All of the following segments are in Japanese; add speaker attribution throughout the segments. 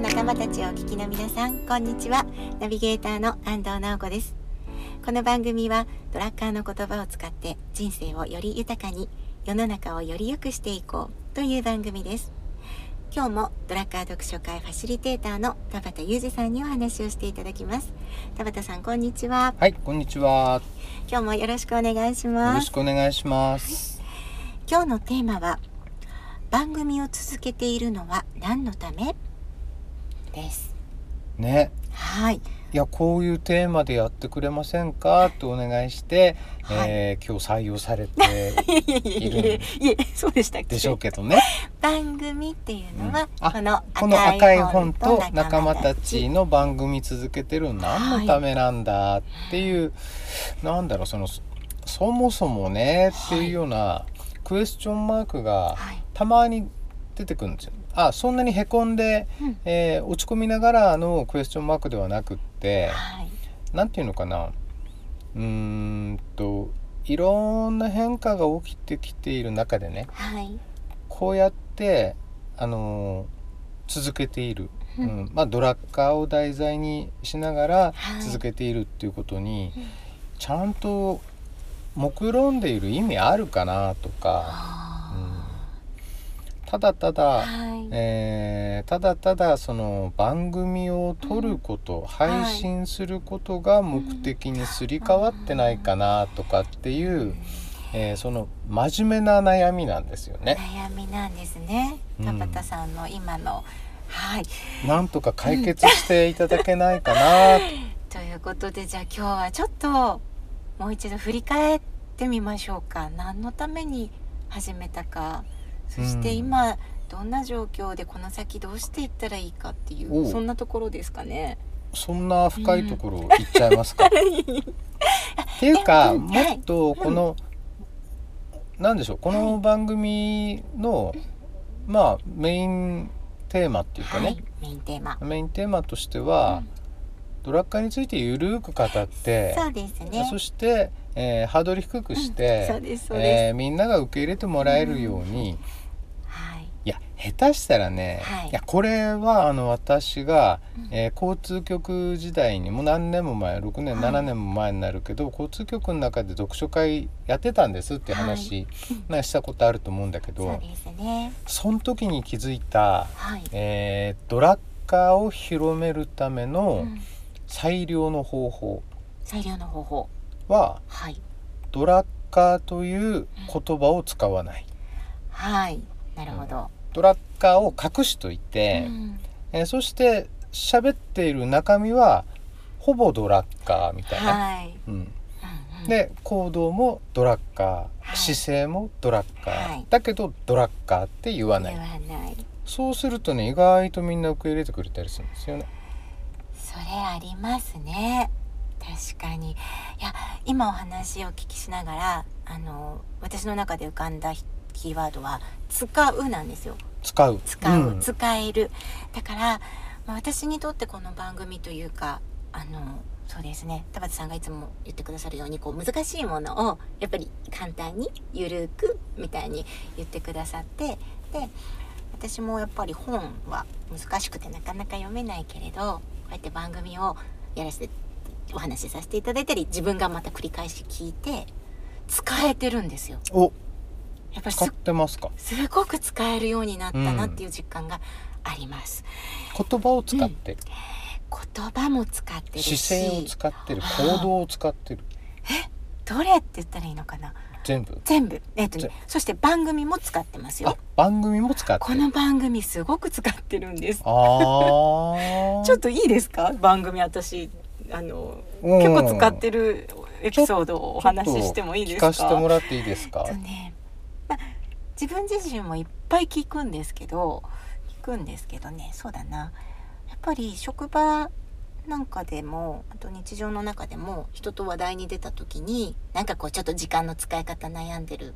Speaker 1: 聞きの皆さんこんにちはナビゲーターの安藤直子ですこの番組はトラッカーの言葉を使って人生をより豊かに世の中をより良くしていこうという番組です今日もドラッカー読書会ファシリテーターの田畑裕二さんにお話をしていただきます田畑さんこんにちは
Speaker 2: はい、こんにちは。
Speaker 1: 今日もよろしくお願いし
Speaker 2: よ
Speaker 1: ま
Speaker 2: ろ
Speaker 1: す
Speaker 2: しくお願いします。
Speaker 1: 今日のテーマは番組を続けているのは何のためです
Speaker 2: ね、
Speaker 1: はい
Speaker 2: いや、こういうテーマでやってくれませんかとお願いして、
Speaker 1: はい
Speaker 2: えー今日採用さ れて
Speaker 1: いえいえいえいえいえそうでしたっけ
Speaker 2: でしょうけ どね。
Speaker 1: 番組っていうのは
Speaker 2: うん、あ
Speaker 1: この
Speaker 2: この赤
Speaker 1: 赤い
Speaker 2: い
Speaker 1: 本
Speaker 2: 本
Speaker 1: と
Speaker 2: と
Speaker 1: 仲
Speaker 2: 仲
Speaker 1: 間
Speaker 2: 間
Speaker 1: た
Speaker 2: た
Speaker 1: ち
Speaker 2: ちの番組続けてるの何のためなんだっていう、なんだろう、その、そそもそもねっていうようなクエスチョンマークが
Speaker 1: はい
Speaker 2: たまに出てくるんですよ。あ、そんなにへこんで、
Speaker 1: うん
Speaker 2: えー落ち込みながらのクエスチョンマークではなくって、
Speaker 1: はい
Speaker 2: なんていうのかなうーんといろんな変化が起きてきている中でね
Speaker 1: はい
Speaker 2: こうやってあのー続けている、
Speaker 1: う
Speaker 2: うんんまあ、ドラッカーを題材にしながら
Speaker 1: はい
Speaker 2: 続けているっていうことに、
Speaker 1: うん
Speaker 2: ちゃんと目論んでいる意味あるかなとか、うん
Speaker 1: あ
Speaker 2: ただただ、
Speaker 1: ーはい
Speaker 2: えーただただその番組を撮ること、
Speaker 1: い
Speaker 2: 配信することが目的にすり替わってないかなとかっていう、えーその真面目な悩みなんですよね。
Speaker 1: 悩みなんですね
Speaker 2: うん
Speaker 1: 田畑さんの今のはい
Speaker 2: なんとか解決していただけないかな、
Speaker 1: ということでじゃあ今日はちょっともう一度振り返ってみましょうか何のために始めたかそして
Speaker 2: うん
Speaker 1: 今どんな状況でこの先どうしていったらいいかってい
Speaker 2: お
Speaker 1: う
Speaker 2: う
Speaker 1: そんなところですかね。
Speaker 2: そんな深いところ言っちゃいますか。 っていうか
Speaker 1: うん
Speaker 2: もっとこの、なんでしょうこの番組の、まあメインテーマっていうかね、
Speaker 1: はい、メインテーマ。
Speaker 2: メインテーマとしては、ドラッカーについてゆるく語って
Speaker 1: そうですね。
Speaker 2: そして、えーハードル低くして、
Speaker 1: そうですそうです。
Speaker 2: えーみんなが受け入れてもらえるように、い
Speaker 1: はい。
Speaker 2: や下手したらね、
Speaker 1: はい
Speaker 2: やこれはあの私が、
Speaker 1: うん
Speaker 2: えー交通局時代にもう何年も前6年、
Speaker 1: はい
Speaker 2: 7年も前になるけど交通局の中で読書会やってたんですって話、なしたことあると思うんだけ
Speaker 1: そう
Speaker 2: ど
Speaker 1: ですね。
Speaker 2: その時に気づいた、
Speaker 1: はい。
Speaker 2: えードラッカーを広めるための、
Speaker 1: うん
Speaker 2: 最良の方法
Speaker 1: 裁量の方法。
Speaker 2: は
Speaker 1: はい。
Speaker 2: ドラッカーという言葉を使わない
Speaker 1: はい。なるほど。
Speaker 2: ドラッカーを隠しといて、
Speaker 1: うん
Speaker 2: えーそして喋っている中身はほぼドラッカーみたいな、
Speaker 1: はい。
Speaker 2: うん、
Speaker 1: うんうん
Speaker 2: で行動もドラッカー、
Speaker 1: はい
Speaker 2: 姿勢もドラッカー、
Speaker 1: はい
Speaker 2: だけどドラッカーって言わ
Speaker 1: 言
Speaker 2: ない、
Speaker 1: わない。
Speaker 2: そうするとね意外とみんな受け入れてくれたりするんですよね。
Speaker 1: それありますね確かにいや今お話をお聞きしながらあの私の中で浮かんだひキーワードは「使う」なんですよ
Speaker 2: 使う
Speaker 1: 使う、
Speaker 2: ん
Speaker 1: 使えるだから、まあ、私にとってこの番組というかあのそうですね田畑さんがいつも言ってくださるようにこう難しいものをやっぱり簡単にゆるくみたいに言ってくださってで私もやっぱり本は難しくてなかなか読めないけれどこうやって番組をやらせてお話しさせていただいたり自分がまた繰り返し聞いて使えてるんですよ。
Speaker 2: お
Speaker 1: やっぱり
Speaker 2: 使
Speaker 1: す
Speaker 2: ってますか
Speaker 1: すごく使えるようになったなっていう実感があります、
Speaker 2: 言葉を使ってる、
Speaker 1: 言葉も使ってるし
Speaker 2: 姿勢を使ってる行動を使ってる
Speaker 1: どれって言ったらいいのかな
Speaker 2: 全部
Speaker 1: 全部えっ、とね
Speaker 2: ぜ
Speaker 1: そして番組も使ってます
Speaker 2: あ
Speaker 1: よ
Speaker 2: 番組も使って
Speaker 1: この番組すごく使ってるんです
Speaker 2: あ ー
Speaker 1: ちょっといいですか番組私あの
Speaker 2: うん
Speaker 1: 結構使ってるエピソードをお話ししてもいいですか
Speaker 2: ちょっと聞かせてもらっていいですか
Speaker 1: えっとね、まあ、自分自身もいっぱい聞くんですけど聞くんですけどねそうだなやっぱり職場なんかでもあと日常の中でも人と話題に出た時になんかこうちょっと時間の使い方悩んでる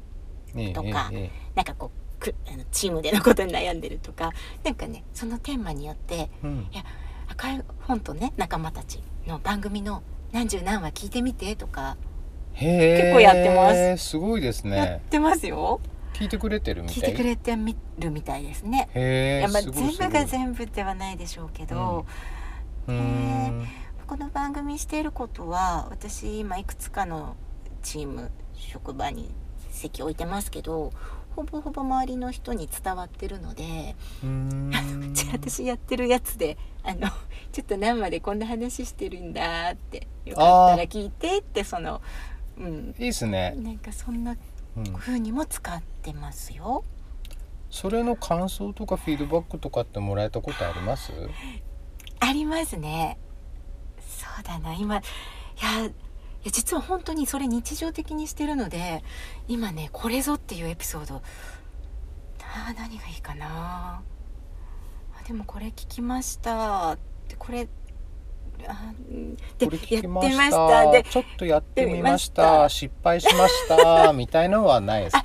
Speaker 2: ええ
Speaker 1: とか
Speaker 2: えええ
Speaker 1: なんかこうくあのチームでのことに悩んでるとかなんかねそのテーマによって
Speaker 2: えうん
Speaker 1: 赤い本とね仲間たちの番組の何十何話聞いてみてとか
Speaker 2: へえ
Speaker 1: 結構やってます
Speaker 2: すごいです
Speaker 1: やっ
Speaker 2: ね
Speaker 1: てますよ。
Speaker 2: 聞いてくれてるみ
Speaker 1: 聞い
Speaker 2: た
Speaker 1: て
Speaker 2: い
Speaker 1: くれてみるみたいですね。い
Speaker 2: へえ
Speaker 1: やまあ、
Speaker 2: すごい
Speaker 1: 全部が全部ではないでしょうけど、
Speaker 2: すごいうーん
Speaker 1: この番組していることは私今いくつかのチーム職場に席置いてますけどほぼほぼ周りの人に伝わってるので
Speaker 2: うーん
Speaker 1: うち私やってるやつであの ちょっと生でこんな話してるんだってよかったら聞いてってそのうん
Speaker 2: いいですね、
Speaker 1: なんかそんな
Speaker 2: うん、
Speaker 1: 風にも使ってますよ。
Speaker 2: それの感想とかフィードバックとかってもらえたことあります
Speaker 1: ありますね。そうだな今いやいや実は本当にそれ日常的にしてるので今ねこれぞっていうエピソードあー何がいいかなあでもこれ聞きましたってこれあーうんで
Speaker 2: これ聞きま
Speaker 1: やって
Speaker 2: し
Speaker 1: ましたたで
Speaker 2: ちょっとやってみました
Speaker 1: やってみました
Speaker 2: 失敗し ましたみたいのはないですか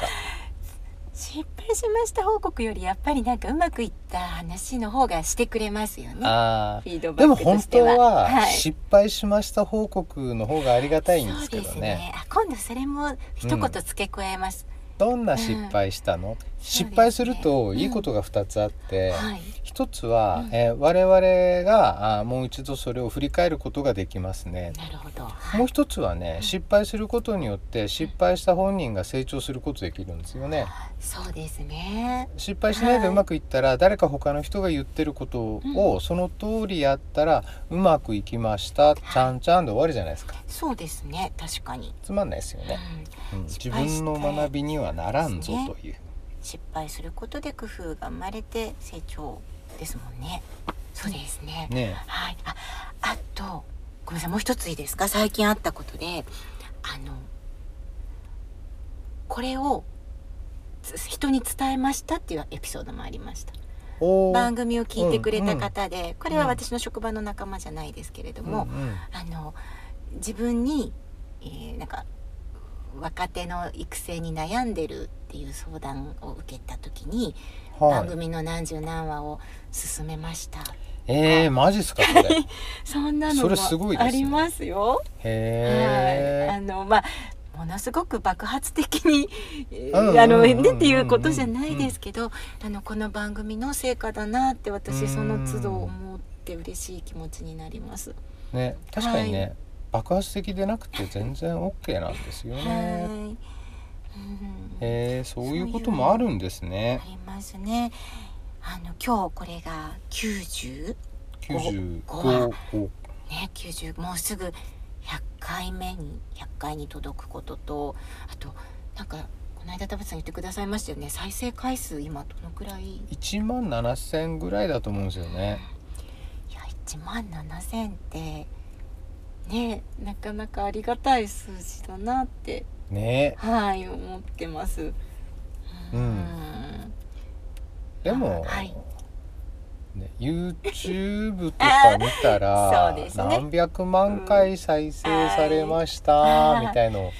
Speaker 1: 失敗しました報告よりやっぱりなんかうまくいった話の方がしてくれますよね
Speaker 2: あ
Speaker 1: フィード
Speaker 2: ー
Speaker 1: バ
Speaker 2: でも
Speaker 1: ックと
Speaker 2: 本
Speaker 1: して
Speaker 2: 当
Speaker 1: は
Speaker 2: は
Speaker 1: はい
Speaker 2: 失敗しました報告の方がありがたいんですけど
Speaker 1: そうです
Speaker 2: ね
Speaker 1: ねあ今度それも一言付け加えます、
Speaker 2: どんな失敗したの、失敗するといいことが2つあって、
Speaker 1: はい
Speaker 2: 一つは、
Speaker 1: うん
Speaker 2: えー我々があーもう一度それを振り返ることができますね。
Speaker 1: なるほど
Speaker 2: もう一つはね、失敗することによって失敗した本人が成長することできるんですよね。
Speaker 1: そうですね
Speaker 2: 失敗しないでうまくいったら、誰か他の人が言ってることをその通りやったらうまくいきました、ちゃんちゃんで終わるじゃないですか。
Speaker 1: そうですね確かに、
Speaker 2: つまんないですよ
Speaker 1: う
Speaker 2: ね。
Speaker 1: ん、
Speaker 2: うん、自
Speaker 1: 失敗して
Speaker 2: 分の学びにはならんぞ
Speaker 1: ね
Speaker 2: という。
Speaker 1: 失敗することで工夫が生まれて成長ですもんねそうですね
Speaker 2: ね
Speaker 1: はいああとごめんなさいもう一ついいですか最近あったことであのこれをつ人に伝えましたっていうエピソードもありました
Speaker 2: おー
Speaker 1: 番組を聞いてくれた方で、これは私の職場の仲間じゃないですけれども、
Speaker 2: うんうん
Speaker 1: あの自分に、えーなんか若手の育成に悩んでるっていう相談を受けた時に、
Speaker 2: は
Speaker 1: 番
Speaker 2: い、
Speaker 1: 組の何十何話を進めました
Speaker 2: えー、マジっすかそれ。
Speaker 1: そんなの
Speaker 2: それす
Speaker 1: も
Speaker 2: ごいですね
Speaker 1: ありますよ。はい、あ
Speaker 2: へえ。
Speaker 1: のまあものすごく爆発的に、え
Speaker 2: うんうんうんうんう ん
Speaker 1: ーあのねっていうことじゃないですけど、あのこの番組の成果だなって私その都度思って嬉しい気持ちになります。
Speaker 2: ね、確かにね、
Speaker 1: は
Speaker 2: 爆発的でなくて全然オッケーなんですよ
Speaker 1: はい、
Speaker 2: ね。
Speaker 1: うん
Speaker 2: へえ、そういうこともあるんですね
Speaker 1: あ。りますね。あの今日これが90
Speaker 2: 九十
Speaker 1: こ
Speaker 2: 五
Speaker 1: ね90もうすぐ100回目に100回に届くこととあとなんかこの間田淵さん言ってくださいましたよね再生回数今どのくらいい
Speaker 2: 一万七千ぐらいだと思うんですよね。
Speaker 1: や1万7000ってねなかなかありがたい数字だなって
Speaker 2: ね、
Speaker 1: はい思ってます。
Speaker 2: うん
Speaker 1: ん
Speaker 2: でも、
Speaker 1: はい
Speaker 2: ね、YouTube とか見た
Speaker 1: そ
Speaker 2: ら、
Speaker 1: うですね
Speaker 2: 何百万回再生されました
Speaker 1: はい
Speaker 2: みたいの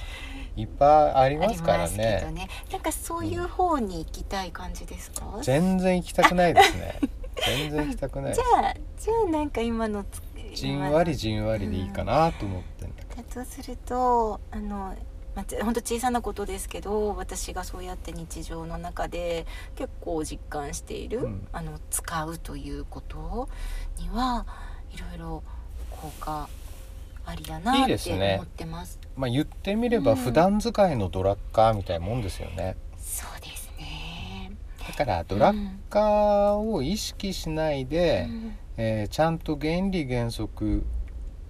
Speaker 2: いっぱいあり
Speaker 1: あ
Speaker 2: ま
Speaker 1: り
Speaker 2: すから
Speaker 1: ますけど
Speaker 2: ね。
Speaker 1: ね。なんかそういう方に行きたい感じですか？じゃ
Speaker 2: 全然行きたくないで すね。全然行きたくないです。
Speaker 1: あじゃあなんか今のつ
Speaker 2: じんわりじんわりでいいかなと思ってんだけ
Speaker 1: 今だとするとあの。まあ、ちほんと小さなことですけど私がそうやって日常の中で結構実感している、
Speaker 2: うん
Speaker 1: あの使うということにはいろいろ効果ありだ
Speaker 2: い
Speaker 1: ないっ
Speaker 2: ですね
Speaker 1: て思ってます。
Speaker 2: ど、まあ、言ってみれば
Speaker 1: うん
Speaker 2: 普段使いのドラッカーみたいなもんですよね、
Speaker 1: そうですね
Speaker 2: だからドラッカーを意識しないで、
Speaker 1: うん
Speaker 2: えーちゃんと原理原則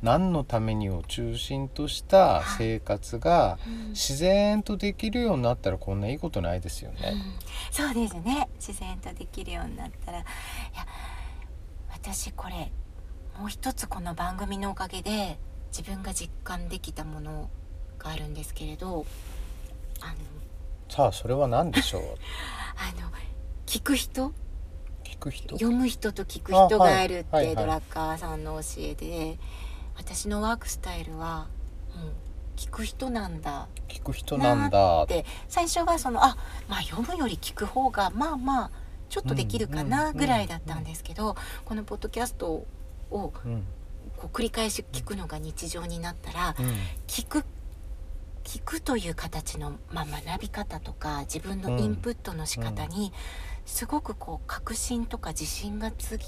Speaker 2: 何のためにを中心とした生活が
Speaker 1: うん
Speaker 2: 自然とできるようになったらこんないいことないですよ
Speaker 1: う
Speaker 2: ね。
Speaker 1: んそうですね自然とできるようになったらいや私これもう一つこの番組のおかげで自分が実感できたものがあるんですけれどあの
Speaker 2: さあそれは何でし ょう
Speaker 1: あの聞く人
Speaker 2: 聞く人
Speaker 1: 読む人と聞く人がいるっ
Speaker 2: あはいはいは
Speaker 1: てド
Speaker 2: い
Speaker 1: ラッカーさんの教えで私のワークスタイルはもう聞く人なんだ
Speaker 2: 聞く人なんだ
Speaker 1: で最初はそのあまあ読むより聞く方がまあまあちょっとできるか
Speaker 2: う
Speaker 1: なんぐらいだったんですけど、このポッドキャストをこ
Speaker 2: うん
Speaker 1: う繰り返し聞くのが日常になったら
Speaker 2: うん
Speaker 1: 聞く聞くという形の、まあ、学び方とか自分のインプットの仕方にすごくこう確信とか自信がつ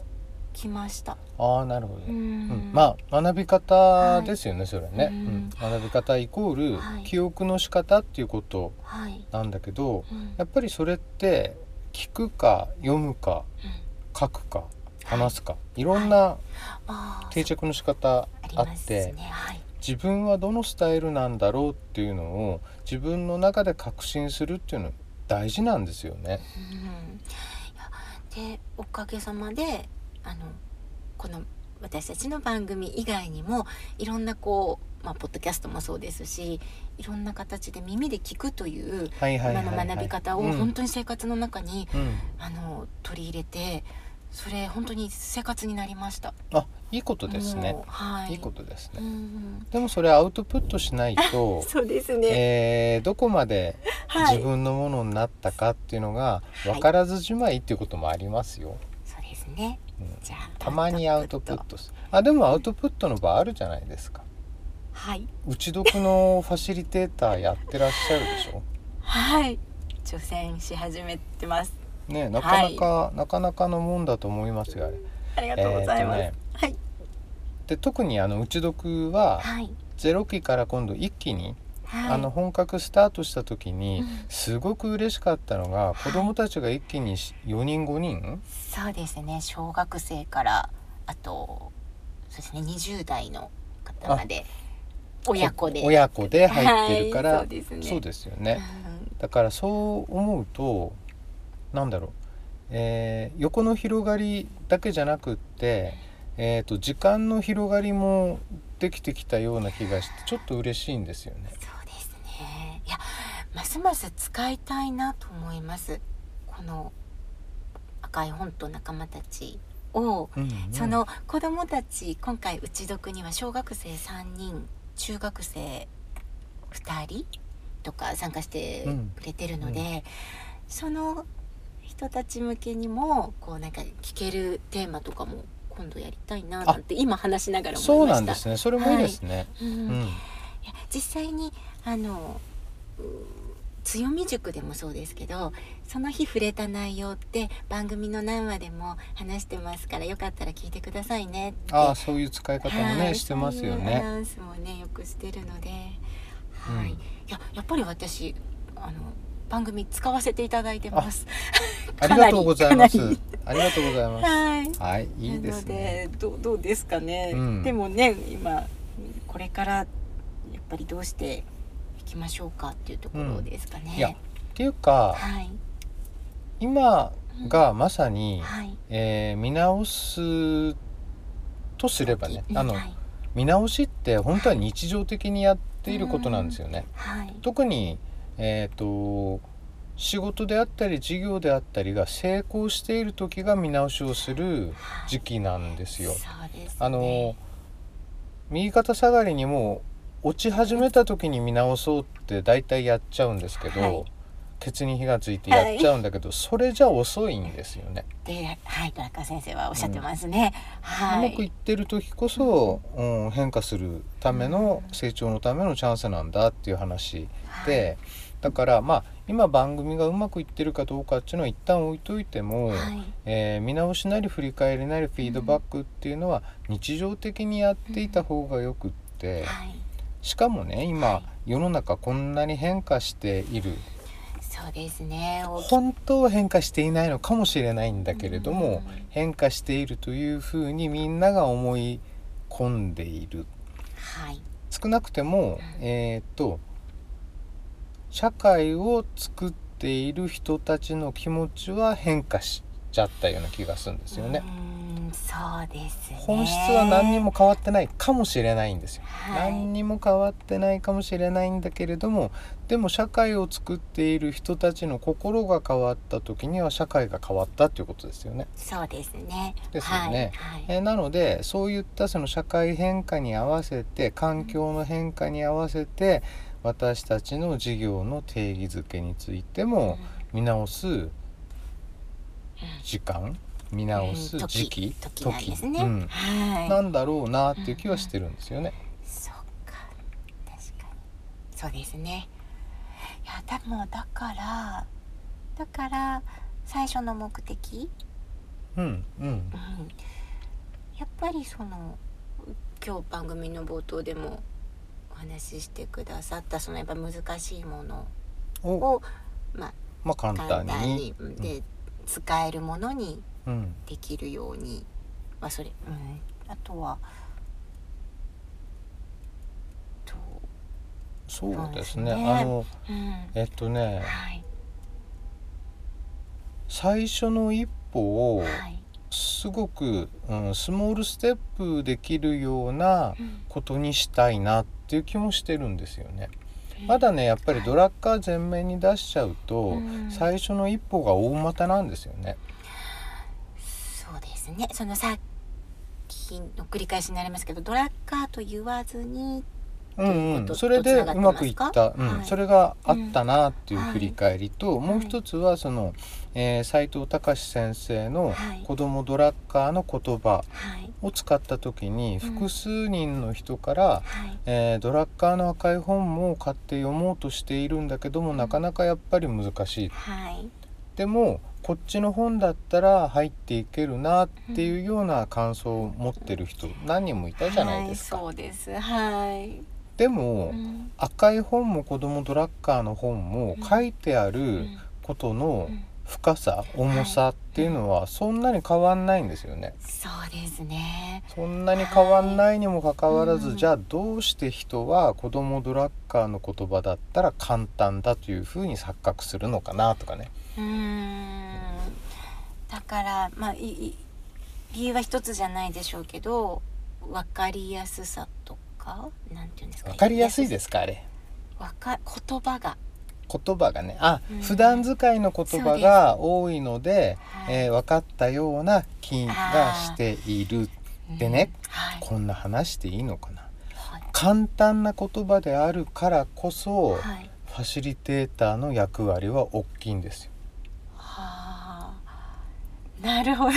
Speaker 1: きました。
Speaker 2: ああなるほど、
Speaker 1: う
Speaker 2: う
Speaker 1: ん
Speaker 2: んまあ学び方ですよね、それね、
Speaker 1: う
Speaker 2: うんん、学び方イコール
Speaker 1: はい
Speaker 2: 記憶の仕方っていうこと
Speaker 1: はい、
Speaker 2: なんだけど
Speaker 1: うんうん
Speaker 2: やっぱりそれって聞くか読むか書くか話すか、い、ろんな
Speaker 1: あー
Speaker 2: 定着の仕
Speaker 1: そう
Speaker 2: 方あ
Speaker 1: ありま
Speaker 2: っ
Speaker 1: す
Speaker 2: て、
Speaker 1: ねはい
Speaker 2: 自分はどのスタイルなんだろうっていうのを自分の中で確信するっていうの大事なんですよね。
Speaker 1: うん、いやでおかげさまであのこの私たちの番組以外にもいろんなこう、まあ、ポッドキャストもそうですしいろんな形で耳で聞くという
Speaker 2: はいはいは
Speaker 1: 今
Speaker 2: い、
Speaker 1: の
Speaker 2: はい、
Speaker 1: 学び方を
Speaker 2: うん
Speaker 1: 本当に生活の中に、
Speaker 2: うん
Speaker 1: あの取り入れてそれ本当に生活になりました。
Speaker 2: あいいことですね
Speaker 1: も。うはい、
Speaker 2: いいことです
Speaker 1: う
Speaker 2: ね。
Speaker 1: ん
Speaker 2: でもそれアウトプットしないと、
Speaker 1: そうですね、
Speaker 2: えーどこまで
Speaker 1: はい
Speaker 2: 自分のものになったかっていうのが
Speaker 1: い
Speaker 2: 分からずじまいっていうこともありますよ。
Speaker 1: そうですね、
Speaker 2: うん
Speaker 1: じゃあ
Speaker 2: たまにアウトプットすあでもアウトプットの場あるじゃないですか。
Speaker 1: はい
Speaker 2: 打ち解くのファシリテーターやってらっしゃるでし ょ。
Speaker 1: はい挑戦し始めてます
Speaker 2: ねなかなか、なかなかのもんだと思いますよあれ。
Speaker 1: ありがとうございます、
Speaker 2: えーとね
Speaker 1: はい
Speaker 2: で特にあの打ち読は
Speaker 1: はい
Speaker 2: ゼロ期から今度一気に、
Speaker 1: はい
Speaker 2: あの本格スタートした時に、
Speaker 1: うん
Speaker 2: すごく嬉しかったのが
Speaker 1: い
Speaker 2: 子供たちが一気にし4人5人
Speaker 1: そうですね小学生からあとそうですね20代の方まで親子で
Speaker 2: こ親子で入ってるから、
Speaker 1: はい、そうですね
Speaker 2: そうですよね。
Speaker 1: うん
Speaker 2: だからそう思うとなんだろう、えー横の広がりだけじゃなくって、えー、と時間の広がりもできてきたような気がしてちょっと嬉しいんですよね。
Speaker 1: そうですねいやますます使いたいなと思いますこの赤い本と仲間たちを
Speaker 2: うんうん
Speaker 1: その子どもたち今回うち読には小学生3人中学生2人とか参加してくれてるので、
Speaker 2: うん
Speaker 1: その人たち向けにもこうなんか聞けるテーマとかも今度やりたいななんて今話しながら
Speaker 2: そ
Speaker 1: 思
Speaker 2: う
Speaker 1: いま
Speaker 2: な
Speaker 1: し
Speaker 2: ん
Speaker 1: た
Speaker 2: で。すね。それもいいですね。
Speaker 1: うん
Speaker 2: うん
Speaker 1: いや実際にあのうー強み塾でもそうですけどその日触れた内容って番組の何話でも話してますからよかったら聞いてくださいねって
Speaker 2: ああそういう使い方も
Speaker 1: は
Speaker 2: ね
Speaker 1: い
Speaker 2: してますよ
Speaker 1: そういうアナ
Speaker 2: ね。
Speaker 1: ウンスもねよくしてるので、
Speaker 2: うん
Speaker 1: はいいややっぱり私あの番組使わせていただいてます
Speaker 2: あ
Speaker 1: か
Speaker 2: り
Speaker 1: なり
Speaker 2: がとうございます
Speaker 1: かなり。
Speaker 2: ありがとうございま
Speaker 1: はい
Speaker 2: す。はいいいです
Speaker 1: な
Speaker 2: ね。
Speaker 1: のでどうどうですかね、
Speaker 2: うん
Speaker 1: でもね今これからやっぱりどうしていきましょうかっていうところですかね。
Speaker 2: いやっていうか
Speaker 1: はい
Speaker 2: 今がまさに、
Speaker 1: はい。
Speaker 2: えー見直すとすればね
Speaker 1: うん
Speaker 2: あの
Speaker 1: はい
Speaker 2: 見直しって本当は日常的にやっていることなんですよね。
Speaker 1: はい
Speaker 2: 特にえっ、と仕事であったり事業であったりが成功している時が見直しをする
Speaker 1: はい
Speaker 2: 時期なんですよ。
Speaker 1: そうですね
Speaker 2: あの右肩下がりにもう落ち始めた時に見直そうって大体やっちゃうんですけど、
Speaker 1: はい
Speaker 2: ケツに火がついてやっちゃうんだけど、それじゃ遅いんですよね。
Speaker 1: ではい田中先生はおっしゃってますね。は
Speaker 2: うまくい
Speaker 1: い。
Speaker 2: ってる時こそ、うん、変化するための成長のためのチャンスなんだっていう話で、だからまあ今番組がうまくいってるかどうかっていうのは一旦置いといても。
Speaker 1: はい、はい
Speaker 2: えー見直しなり振り返りなりフィードバックっていうのは日常的にやっていた方がよくって、
Speaker 1: はい
Speaker 2: しかもね今、
Speaker 1: は
Speaker 2: 世の中こんなに変化している
Speaker 1: そうですね。大きい
Speaker 2: 本当は変化していないのかもしれないんだけれども、
Speaker 1: うん
Speaker 2: 変化しているというふうにみんなが思い込んでいる
Speaker 1: はい
Speaker 2: 少なくても、
Speaker 1: うん
Speaker 2: えーっと社会を作っている人たちの気持ちは変化しちゃったような気がするんですよね
Speaker 1: う。んそうですね。
Speaker 2: 本質は何にも変わってないかもしれないんですよ。
Speaker 1: はい
Speaker 2: 何にも変わってないかもしれないんだけれどもでも社会を作っている人たちの心が変わった時には社会が変わったということですよね。
Speaker 1: そうですね。
Speaker 2: ですよね
Speaker 1: はいはい
Speaker 2: えーなのでそういったその社会変化に合わせて環境の変化に合わせて私たちの事業の定義づけについても見直す時間見直す
Speaker 1: うん
Speaker 2: 時期
Speaker 1: 時なんですね。
Speaker 2: うん
Speaker 1: はい。
Speaker 2: なんだろうなっていう気はしてるんですよね。
Speaker 1: そっか確かに。そうですねいやでもだからだから最初の目的、
Speaker 2: うんうん
Speaker 1: うん、やっぱりその今日番組の冒頭でもお話ししてくださったそのやっぱ難しいもの
Speaker 2: を
Speaker 1: をまあ
Speaker 2: まあ簡
Speaker 1: 簡
Speaker 2: 単
Speaker 1: 単
Speaker 2: に
Speaker 1: にで使えるものに
Speaker 2: うん
Speaker 1: できるようにまあそれ、うん、あとはと
Speaker 2: そうですね
Speaker 1: そうですね
Speaker 2: あの
Speaker 1: うん
Speaker 2: えっとね
Speaker 1: はい
Speaker 2: 最初の一歩を
Speaker 1: はい、
Speaker 2: すごく、うん、スモールステップできるような
Speaker 1: うん
Speaker 2: ことにしたいなっていう気もしてるんですよね。まだねやっぱりドラッカー全面に出しちゃうと、
Speaker 1: うん
Speaker 2: 最初の一歩が大股なんですよね。
Speaker 1: そうですねそのさっきの繰り返しになりますけどドラッカーと言わずに
Speaker 2: うんう、
Speaker 1: というんこと
Speaker 2: それで
Speaker 1: とつながって
Speaker 2: うまくいっ
Speaker 1: ます
Speaker 2: た、
Speaker 1: か
Speaker 2: うん
Speaker 1: はい
Speaker 2: それがあったなっていう
Speaker 1: うん
Speaker 2: 振り返りと、もう一つはその、えー、斉藤隆先生の
Speaker 1: はい
Speaker 2: 「子どもドラッカー」の言葉
Speaker 1: はい
Speaker 2: を使った時に
Speaker 1: うん
Speaker 2: 複数人の人から、
Speaker 1: はい
Speaker 2: えードラッカーの赤い本も買って読もうとしているんだけどもなかなかやっぱり難しい
Speaker 1: はい
Speaker 2: でもこっちの本だったら入っていけるなっていうような感想を持ってる人何人もいたじゃないですか。
Speaker 1: はい、そうですはい、
Speaker 2: でも、
Speaker 1: うん
Speaker 2: 赤い本も子供ドラッカーの本も
Speaker 1: うん
Speaker 2: 書いてあ
Speaker 1: う
Speaker 2: る
Speaker 1: ん
Speaker 2: ことの
Speaker 1: うん
Speaker 2: 深さ、重さっていうのはそんなに変わんないんですよね。
Speaker 1: そうですね
Speaker 2: そんなに変わんないにもかかわらず、
Speaker 1: うん
Speaker 2: じゃあどうして人は子供ドラッカーの言葉だったら簡単だというふうに錯覚するのかなとかね。
Speaker 1: うーんだからまあいい理由は一つじゃないでしょうけど分かりやすさとかなんていうんですか
Speaker 2: わかりやすいですかあれ。
Speaker 1: わか言葉が
Speaker 2: 言葉がねあ、
Speaker 1: うん
Speaker 2: 普段使いの言葉が多いので、
Speaker 1: はい
Speaker 2: えー分かったような気がしているでね、
Speaker 1: うんはい
Speaker 2: こんな話していいのかな
Speaker 1: はい
Speaker 2: 簡単な言葉であるからこそ、
Speaker 1: はい
Speaker 2: ファシリテーターの役割は大きいんですよ。
Speaker 1: はあなるほど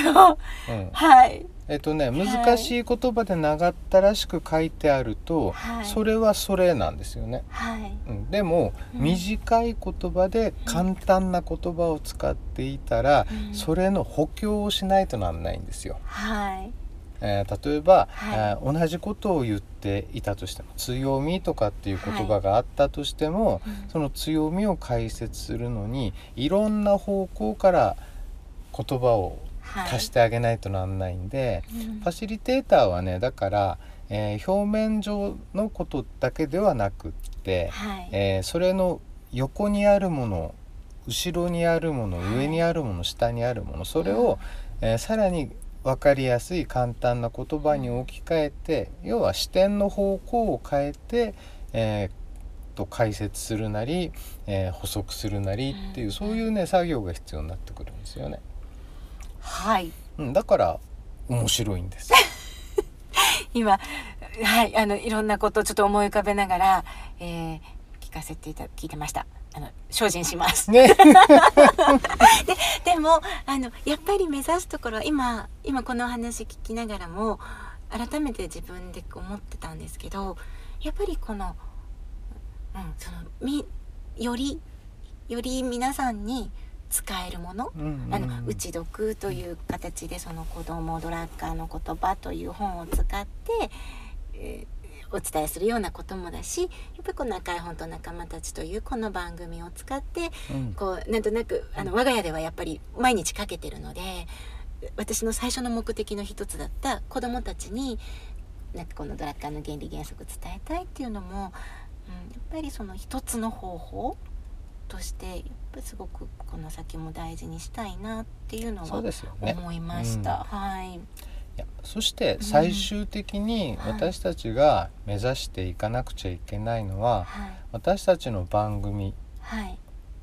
Speaker 2: うん、
Speaker 1: はい
Speaker 2: えっとね難しい言葉で長ったらしく書いてあると、
Speaker 1: はい
Speaker 2: それはそれなんですよね。
Speaker 1: はい
Speaker 2: うん、でも、
Speaker 1: うん
Speaker 2: 短い言葉で簡単な言葉を使っていたら、
Speaker 1: うん
Speaker 2: それの補強をしないとなんないんですよ。
Speaker 1: はい
Speaker 2: えー例えば、
Speaker 1: はい
Speaker 2: えー同じことを言っていたとしても強みとかっていう言葉があったとしても、
Speaker 1: うん
Speaker 2: その強みを解説するのにいろんな方向から言葉を
Speaker 1: はい
Speaker 2: 足してあげないとなんないんで、
Speaker 1: うん
Speaker 2: ファシリテーターはねだから、えー表面上のことだけではなくって、
Speaker 1: はい
Speaker 2: えーそれの横にあるもの後ろにあるもの
Speaker 1: はい
Speaker 2: 上にあるもの下にあるものそれを、えーさらに分かりやすい簡単な言葉に置き換えて要は視点の方向を変えて、えーと解説するなり、えー補足するなりっていううんそういうね作業が必要になってくるんですよね。
Speaker 1: はい
Speaker 2: うん、だから面白いん です。
Speaker 1: 今はいあのいろんなことをちょっと思い浮かべながら、えー聞かせていた聞いてましたあの精進します
Speaker 2: ね。
Speaker 1: でもあのやっぱり目指すところは今今このお話聞きながらも改めて自分で思ってたんですけどやっぱりこの,、うん、そのみよりより皆さんに使えるもの
Speaker 2: うん
Speaker 1: あの打ち読という形でその子どもドラッカーの言葉という本を使って、えーお伝えするようなこともだしやっぱりこの赤い本と仲間たちというこの番組を使って
Speaker 2: うん
Speaker 1: こうなんとなくあの我が家ではやっぱり毎日かけてるので私の最初の目的の一つだった子どもたちになんかこのドラッカーの原理原則伝えたいっていうのも、うん、やっぱりその一つの方法としてやっぱすごくこの先も大事にしたいなっていうの
Speaker 2: そ
Speaker 1: は
Speaker 2: うですよね。
Speaker 1: 思いました。はい、
Speaker 2: いやそして最終的に私たちが目指していかなくちゃいけないのは
Speaker 1: はい、
Speaker 2: 私たちの番組
Speaker 1: はい、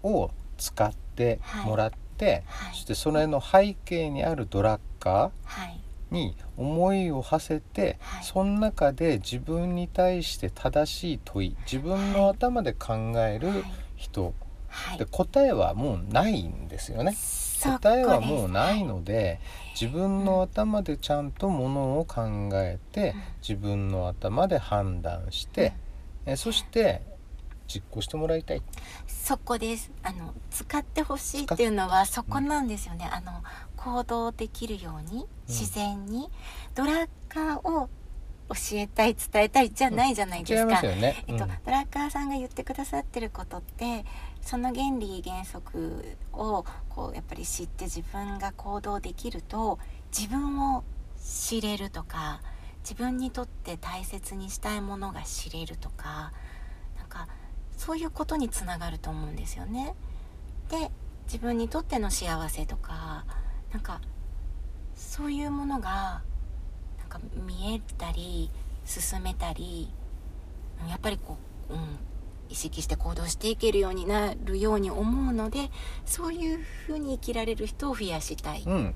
Speaker 2: を使ってもらって、
Speaker 1: はい
Speaker 2: そしてそれの背景にあるドラッカ
Speaker 1: はい、
Speaker 2: ーに思いを馳せて、
Speaker 1: はい
Speaker 2: その中で自分に対して正しい問い自分の頭で考える人、
Speaker 1: はい
Speaker 2: で、答えはもうないんですよね。
Speaker 1: そこ
Speaker 2: 答えはも
Speaker 1: で
Speaker 2: う
Speaker 1: す
Speaker 2: ないので自分の頭でちゃんとものを考えて
Speaker 1: うん
Speaker 2: 自分の頭で判断してえそして実行してもらいたい
Speaker 1: そこですあの使ってほしいっていうのはそこなんですよね、あの行動できるように自然に、ドラッカーを教えたい伝えたいじゃないじゃないで
Speaker 2: 違い
Speaker 1: す
Speaker 2: ま
Speaker 1: か
Speaker 2: す、よね、
Speaker 1: えっと
Speaker 2: うん、
Speaker 1: ドラッカーさんが言ってくださってることってその原理原則をこうやっぱり知って自分が行動できると自分を知れるとか自分にとって大切にしたいものが知れるとかなんかそういうことにつながると思うんですよね。で自分にとっての幸せとかなんかそういうものがなんか見えたり進めたりうんやっぱりこう、うん、意識して行動していけるようになるように思うのでそういうふうに生きられる人を増やしたい。
Speaker 2: うん、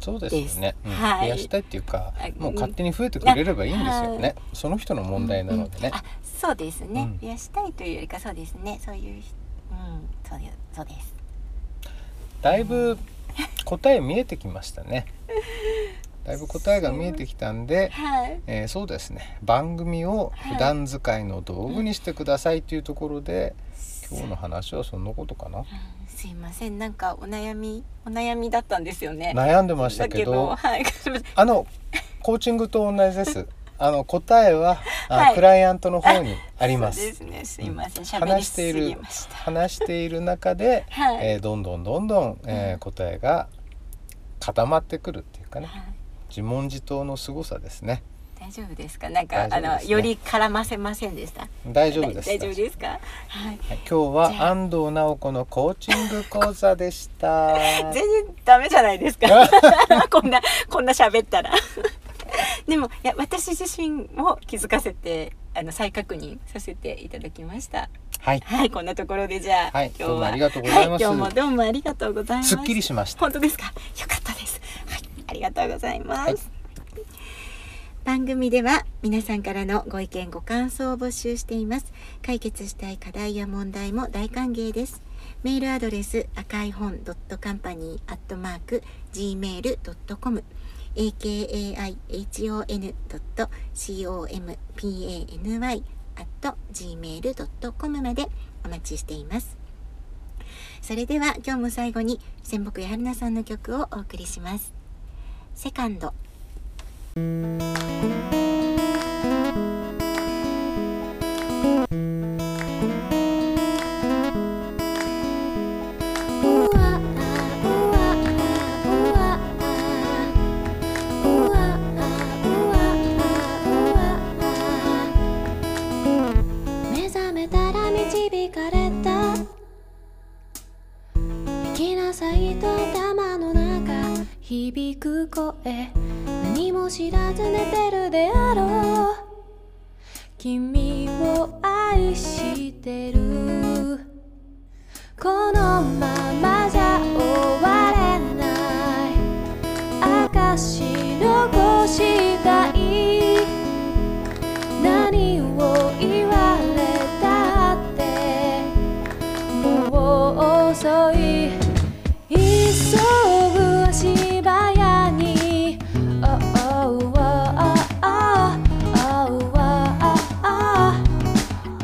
Speaker 2: そうですよね、うん
Speaker 1: はい
Speaker 2: 増やしたいっていうか
Speaker 1: あ
Speaker 2: もう勝手に増えてくれればいいんですよ
Speaker 1: いやは
Speaker 2: ねその人の問題なので
Speaker 1: う
Speaker 2: ね
Speaker 1: ん、あそうですね、
Speaker 2: うん
Speaker 1: 増やしたいというよりかそうですねそういうひうんそうですそうです
Speaker 2: だいぶ答え見えてきましたねだいぶ答えが見えてきたんで、
Speaker 1: はい
Speaker 2: えーそうですね番組を普段使いの道具にしてくださいというところで、今日の話はそんなことかな
Speaker 1: うんすいませんなんかお悩みお悩みだったんですよね
Speaker 2: 悩んでまし
Speaker 1: だ
Speaker 2: たけ
Speaker 1: け
Speaker 2: ど
Speaker 1: どはいすいません
Speaker 2: あのコーチングと同じですあの答えは、あ
Speaker 1: はい
Speaker 2: クライアントの方に ありま
Speaker 1: そうですすねすいません喋、り
Speaker 2: 話し
Speaker 1: す
Speaker 2: てい
Speaker 1: ぎ
Speaker 2: る
Speaker 1: ました
Speaker 2: 話している中で、
Speaker 1: はい、
Speaker 2: えーどんどんどんどん、えー
Speaker 1: うん
Speaker 2: 答えが固まってくるっていうかね
Speaker 1: はい
Speaker 2: 自問自答の凄さですね
Speaker 1: 大丈夫ですかなんか、
Speaker 2: 大
Speaker 1: あ
Speaker 2: 丈夫
Speaker 1: の
Speaker 2: ですね
Speaker 1: より絡ませませんでした
Speaker 2: 大丈夫です
Speaker 1: 大丈夫ですかはい
Speaker 2: はい今日
Speaker 1: じ
Speaker 2: は
Speaker 1: ゃあ
Speaker 2: 安藤直子のコーチング講座でした
Speaker 1: 全然ダメじゃないです かこんなこんな喋ったら でもいや私自身も気づかせてあの再確認させていただきました
Speaker 2: はい
Speaker 1: はいこんなところでじゃあ、
Speaker 2: はい
Speaker 1: 今日
Speaker 2: どうも
Speaker 1: は
Speaker 2: ありがとうございます
Speaker 1: は今日もどうもありがとうございます
Speaker 2: すっきりしました
Speaker 1: 本当ですかよかったですはいありがとうございます、
Speaker 2: はい
Speaker 1: 番組では皆さんからのご意見ご感想を募集しています解決したい課題や問題も大歓迎ですメールアドレス赤い本ドットカンパニーアットマーク gmail.com akaihon.company アット gmail.com までお待ちしていますそれでは今日も最後に仙北やはるなさんの曲をお送りしますセカンド
Speaker 3: 目覚めたら導かれた行きなさいと頭の中響く声何も知らず寝てるであろう君を愛してるこのままじゃ終われない証残したい何を言われたってもう遅い急ぐ足早に Oh, oh, oh, oh, oh, oh, oh.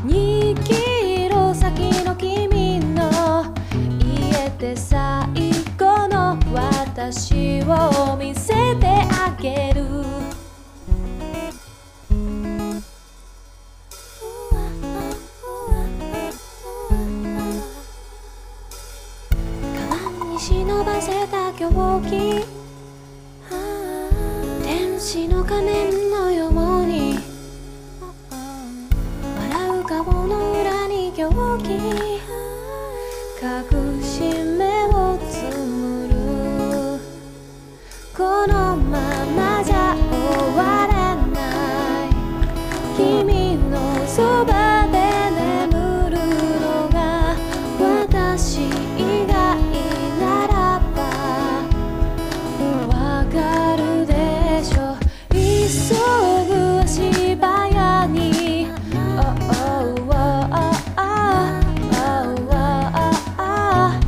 Speaker 3: 2キロ先の君の家で最後の私を見せてあげる川に忍ばせた狂気天使の仮面のように笑う顔の裏に狂気隠し目をつむるこのままじゃ終わらない君のそばで眠るのが私以外ならばわかるでしょ急ぐ足早に Oh, oh, oh, oh, oh, oh, oh.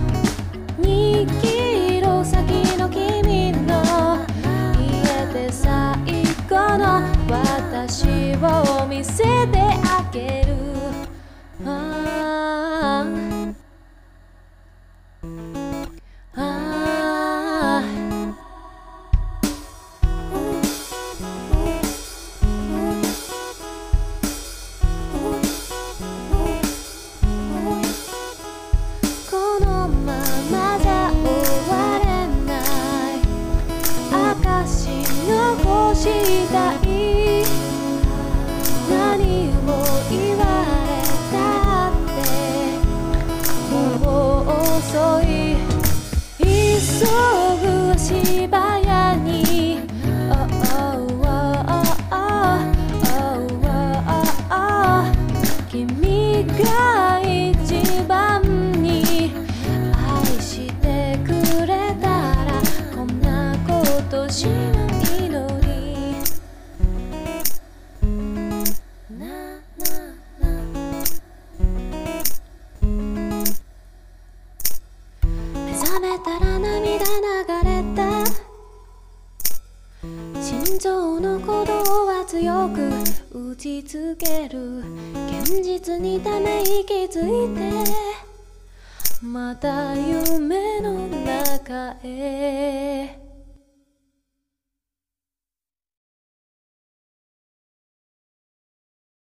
Speaker 3: 2キロ先の君の家で最後の私を見せてあげるあーとしないのに」「ななな」目覚めたら涙流れた心臓の鼓動は強く打ちつける現実にため息ついてまた夢の中へ